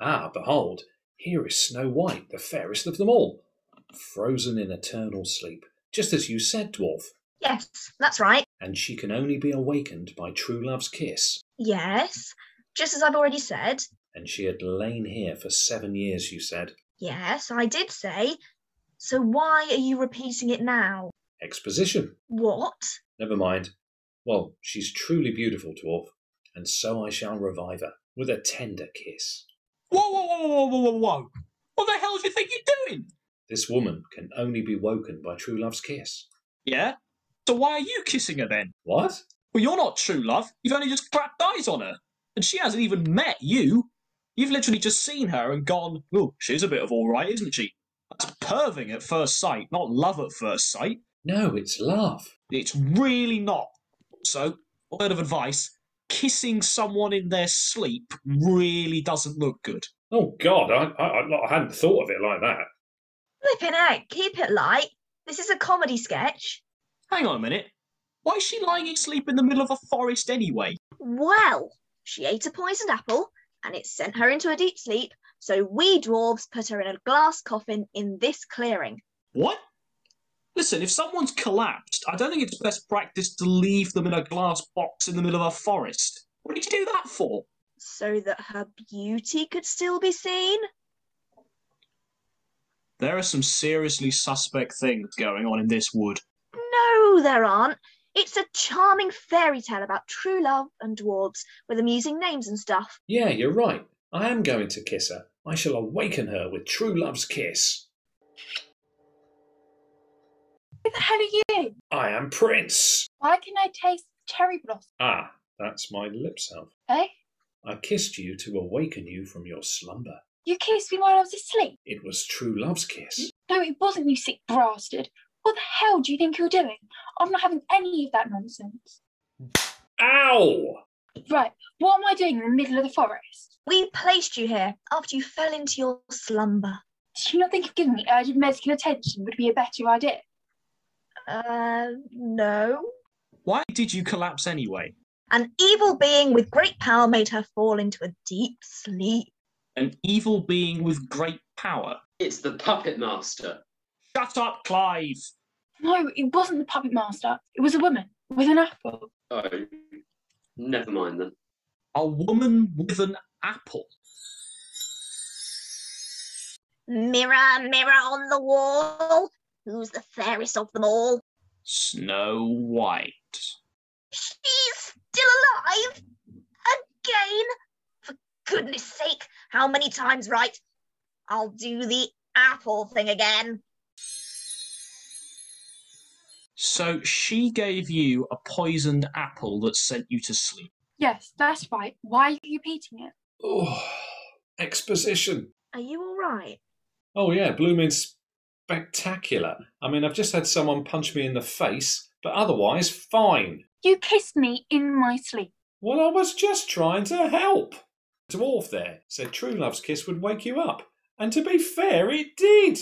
Ah, behold, here is Snow White, the fairest of them all, frozen in eternal sleep, just as you said, dwarf, Yes, that's right. and she can only be awakened by true love's kiss. Yes. Just as I've already said. And she had lain here for seven years, you said. Yes, I did say. So why are you repeating it now? Exposition. What? Never mind. Well, she's truly beautiful, dwarf, and so I shall revive her with a tender kiss. Whoa, whoa, whoa, whoa, whoa, whoa, whoa. What the hell do you think you're doing? This woman can only be woken by true love's kiss. Yeah? So why are you kissing her then? What? Well, you're not true love. You've only just clapped eyes on her. And she hasn't even met you. You've literally just seen her and gone, oh, she's a bit of all right, isn't she? That's perving at first sight, not love at first sight. No, it's love. It's really not. So, word of advice kissing someone in their sleep really doesn't look good. Oh God, I, I I hadn't thought of it like that. Flipping heck, keep it light. This is a comedy sketch. Hang on a minute. Why is she lying asleep in the middle of a forest anyway? Well, she ate a poisoned apple and it sent her into a deep sleep, so we dwarves put her in a glass coffin in this clearing. What? Listen, if someone's collapsed, I don't think it's best practice to leave them in a glass box in the middle of a forest. What did you do that for? so that her beauty could still be seen? There are some seriously suspect things going on in this wood. No, there aren't. It's a charming fairy tale about true love and dwarves with amusing names and stuff. Yeah, you're right. I am going to kiss her. I shall awaken her with true love's kiss. Who the hell are you? I am Prince. Why can I taste cherry blossom? Ah, that's my lip self. Eh? I kissed you to awaken you from your slumber. You kissed me while I was asleep. It was true love's kiss. No, it wasn't, you sick bastard. What the hell do you think you're doing? I'm not having any of that nonsense. Ow! Right, what am I doing in the middle of the forest? We placed you here after you fell into your slumber. Do you not think giving me urgent medical attention would be a better idea? Uh, no. Why did you collapse anyway? An evil being with great power made her fall into a deep sleep. An evil being with great power. It's the puppet master. Shut up, Clive! No, it wasn't the puppet master. It was a woman with an apple. Oh, never mind then. A woman with an apple. Mirror, mirror on the wall, who's the fairest of them all? Snow White. She's still alive again. For goodness sake, how many times right? I'll do the apple thing again. So she gave you a poisoned apple that sent you to sleep. Yes, that's right. Why are you repeating it? Oh, exposition. Are you all right? Oh yeah, blooming spectacular. I mean, I've just had someone punch me in the face, but otherwise, fine. You kissed me in my sleep. Well, I was just trying to help. Dwarf there said true love's kiss would wake you up, and to be fair, it did.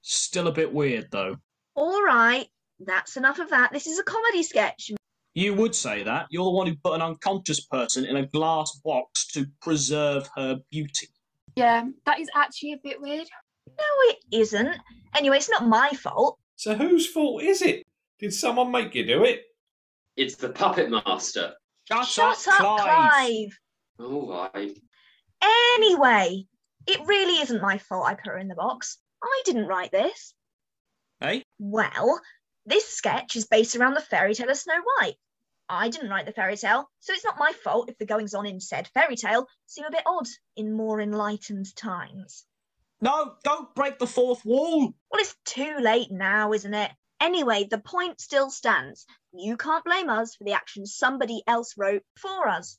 Still a bit weird though. All right. That's enough of that. This is a comedy sketch. You would say that. You're the one who put an unconscious person in a glass box to preserve her beauty. Yeah, that is actually a bit weird. No, it isn't. Anyway, it's not my fault. So whose fault is it? Did someone make you do it? It's the puppet master. Shut, Shut up, Clive. All right. Anyway, it really isn't my fault I put her in the box. I didn't write this. Eh? Well, this sketch is based around the fairy tale of Snow White. I didn't write the fairy tale, so it's not my fault if the goings on in said fairy tale seem a bit odd in more enlightened times. No, don't break the fourth wall. Well, it's too late now, isn't it? Anyway, the point still stands. You can't blame us for the action somebody else wrote for us.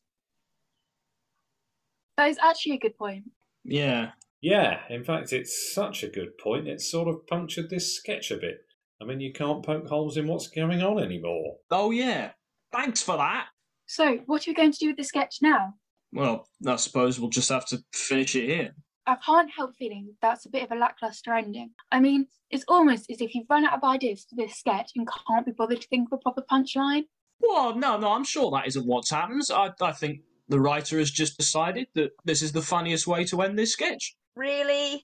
That is actually a good point. Yeah. Yeah, in fact, it's such a good point. It sort of punctured this sketch a bit. I mean, you can't poke holes in what's going on anymore. Oh yeah. Thanks for that. So, what are you going to do with the sketch now? Well, I suppose we'll just have to finish it here. I can't help feeling that's a bit of a lackluster ending. I mean, it's almost as if you've run out of ideas for this sketch and can't be bothered to think of a proper punchline. Well, no, no, I'm sure that isn't what happens. I, I think the writer has just decided that this is the funniest way to end this sketch. Really?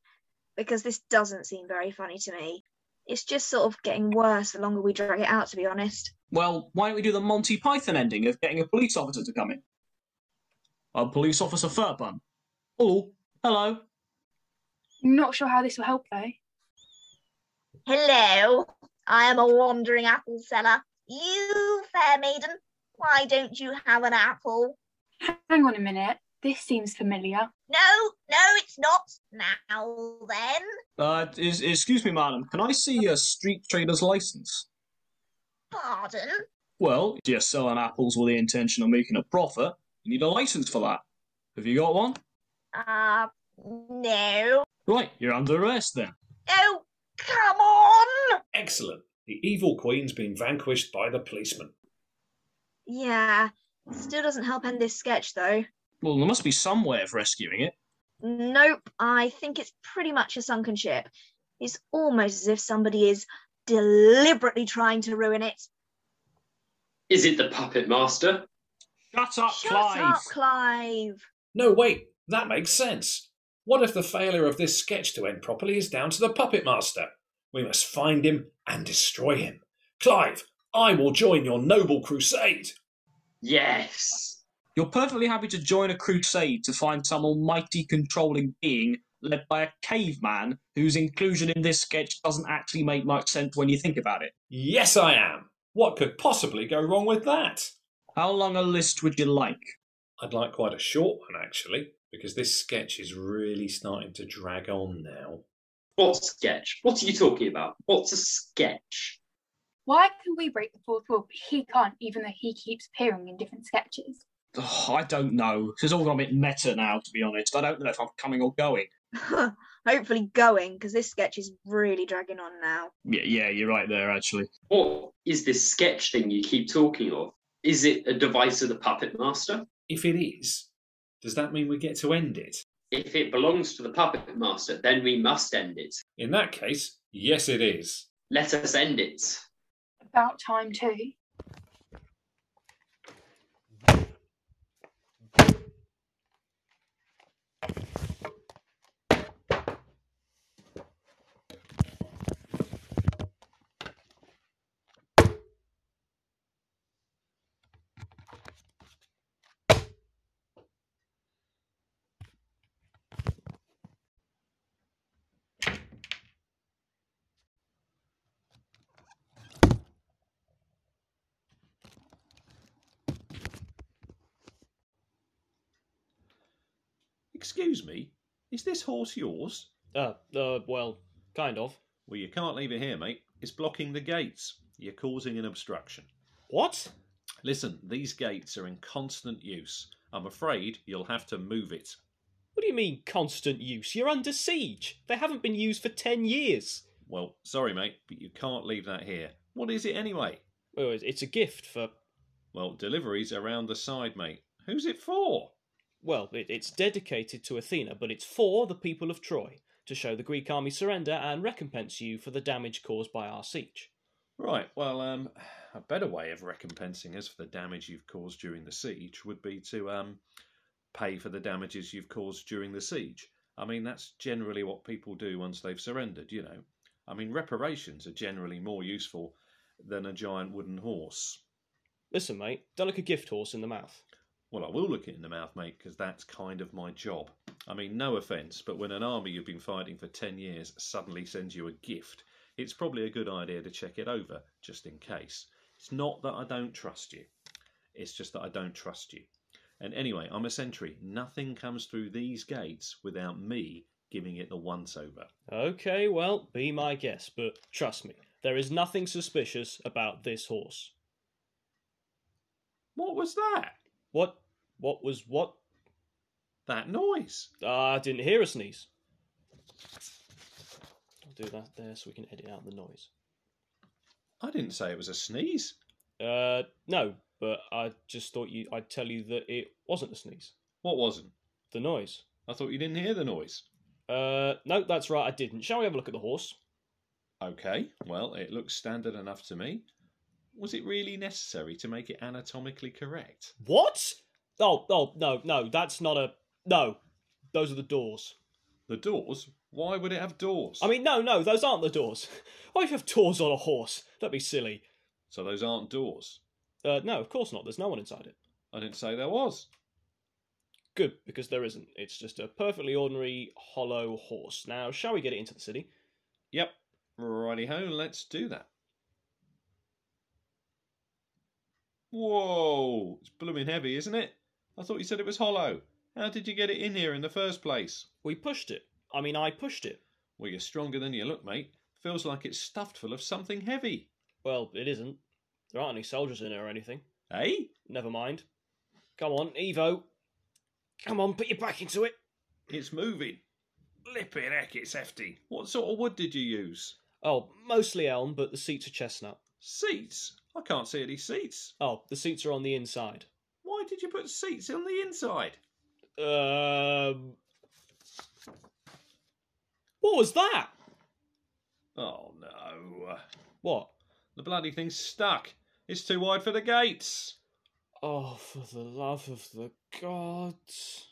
Because this doesn't seem very funny to me. It's just sort of getting worse the longer we drag it out, to be honest. Well, why don't we do the Monty Python ending of getting a police officer to come in? A police officer Furbun. Oh, hello. Not sure how this will help though. Hello, I am a wandering apple seller. You, fair maiden, why don't you have an apple? Hang on a minute. This seems familiar. No, no, it's not. Now then. Uh, is, excuse me, madam. Can I see your street trader's license? Pardon? Well, if you're selling apples with the intention of making a profit, you need a license for that. Have you got one? Uh, no. Right, you're under arrest then. Oh, come on! Excellent. The evil queen's been vanquished by the policeman. Yeah, still doesn't help end this sketch though. Well, there must be some way of rescuing it. Nope, I think it's pretty much a sunken ship. It's almost as if somebody is deliberately trying to ruin it. Is it the puppet master? Shut up, Shut Clive. up, Clive. No, wait, that makes sense. What if the failure of this sketch to end properly is down to the puppet master? We must find him and destroy him. Clive, I will join your noble crusade. Yes. You're perfectly happy to join a crusade to find some almighty controlling being led by a caveman whose inclusion in this sketch doesn't actually make much sense when you think about it. Yes, I am. What could possibly go wrong with that? How long a list would you like? I'd like quite a short one, actually, because this sketch is really starting to drag on now. What sketch? What are you talking about? What's a sketch? Why can we break the fourth wall, but he can't, even though he keeps appearing in different sketches? Ugh, I don't know. This has all gone a bit meta now, to be honest. I don't know if I'm coming or going. Hopefully going, because this sketch is really dragging on now. Yeah, yeah, you're right there, actually. What is this sketch thing you keep talking of? Is it a device of the puppet master? If it is, does that mean we get to end it? If it belongs to the puppet master, then we must end it. In that case, yes, it is. Let us end it. About time, too. Excuse me, is this horse yours? Uh, uh, well, kind of. Well, you can't leave it here, mate. It's blocking the gates. You're causing an obstruction. What? Listen, these gates are in constant use. I'm afraid you'll have to move it. What do you mean, constant use? You're under siege. They haven't been used for ten years. Well, sorry, mate, but you can't leave that here. What is it anyway? Well, it's- it's a gift for. Well, deliveries around the side, mate. Who's it for? Well, it, it's dedicated to Athena, but it's for the people of Troy to show the Greek army surrender and recompense you for the damage caused by our siege. Right, well, um, a better way of recompensing us for the damage you've caused during the siege would be to um, pay for the damages you've caused during the siege. I mean, that's generally what people do once they've surrendered, you know. I mean, reparations are generally more useful than a giant wooden horse. Listen, mate, don't look a gift horse in the mouth. Well, I will look it in the mouth, mate, because that's kind of my job. I mean, no offence, but when an army you've been fighting for 10 years suddenly sends you a gift, it's probably a good idea to check it over, just in case. It's not that I don't trust you, it's just that I don't trust you. And anyway, I'm a sentry. Nothing comes through these gates without me giving it the once over. Okay, well, be my guest, but trust me, there is nothing suspicious about this horse. What was that? What? What was what? That noise. Ah, I didn't hear a sneeze. I'll do that there so we can edit out the noise. I didn't say it was a sneeze. Uh, no, but I just thought you. I'd tell you that it wasn't a sneeze. What wasn't? The noise. I thought you didn't hear the noise. Uh, no, that's right. I didn't. Shall we have a look at the horse? Okay, well, it looks standard enough to me. Was it really necessary to make it anatomically correct? What? Oh, oh, no, no, that's not a. No, those are the doors. The doors? Why would it have doors? I mean, no, no, those aren't the doors. Why do you have doors on a horse? That'd be silly. so those aren't doors. Uh, no, of course not. There's no one inside it. I didn't say there was. Good, because there isn't. It's just a perfectly ordinary hollow horse. Now, shall we get it into the city? Yep. Righty ho, let's do that. Whoa, it's blooming heavy, isn't it? I thought you said it was hollow. How did you get it in here in the first place? We pushed it. I mean, I pushed it. Well, you're stronger than you look, mate. Feels like it's stuffed full of something heavy. Well, it isn't. There aren't any soldiers in it or anything. Eh? Never mind. Come on, Evo. Come on, put your back into it. It's moving. Lippin' heck, it's hefty. What sort of wood did you use? Oh, mostly elm, but the seats are chestnut. Seats? I can't see any seats. Oh, the seats are on the inside. Why did you put seats on the inside? Um. What was that? Oh no. What? The bloody thing's stuck. It's too wide for the gates. Oh, for the love of the gods.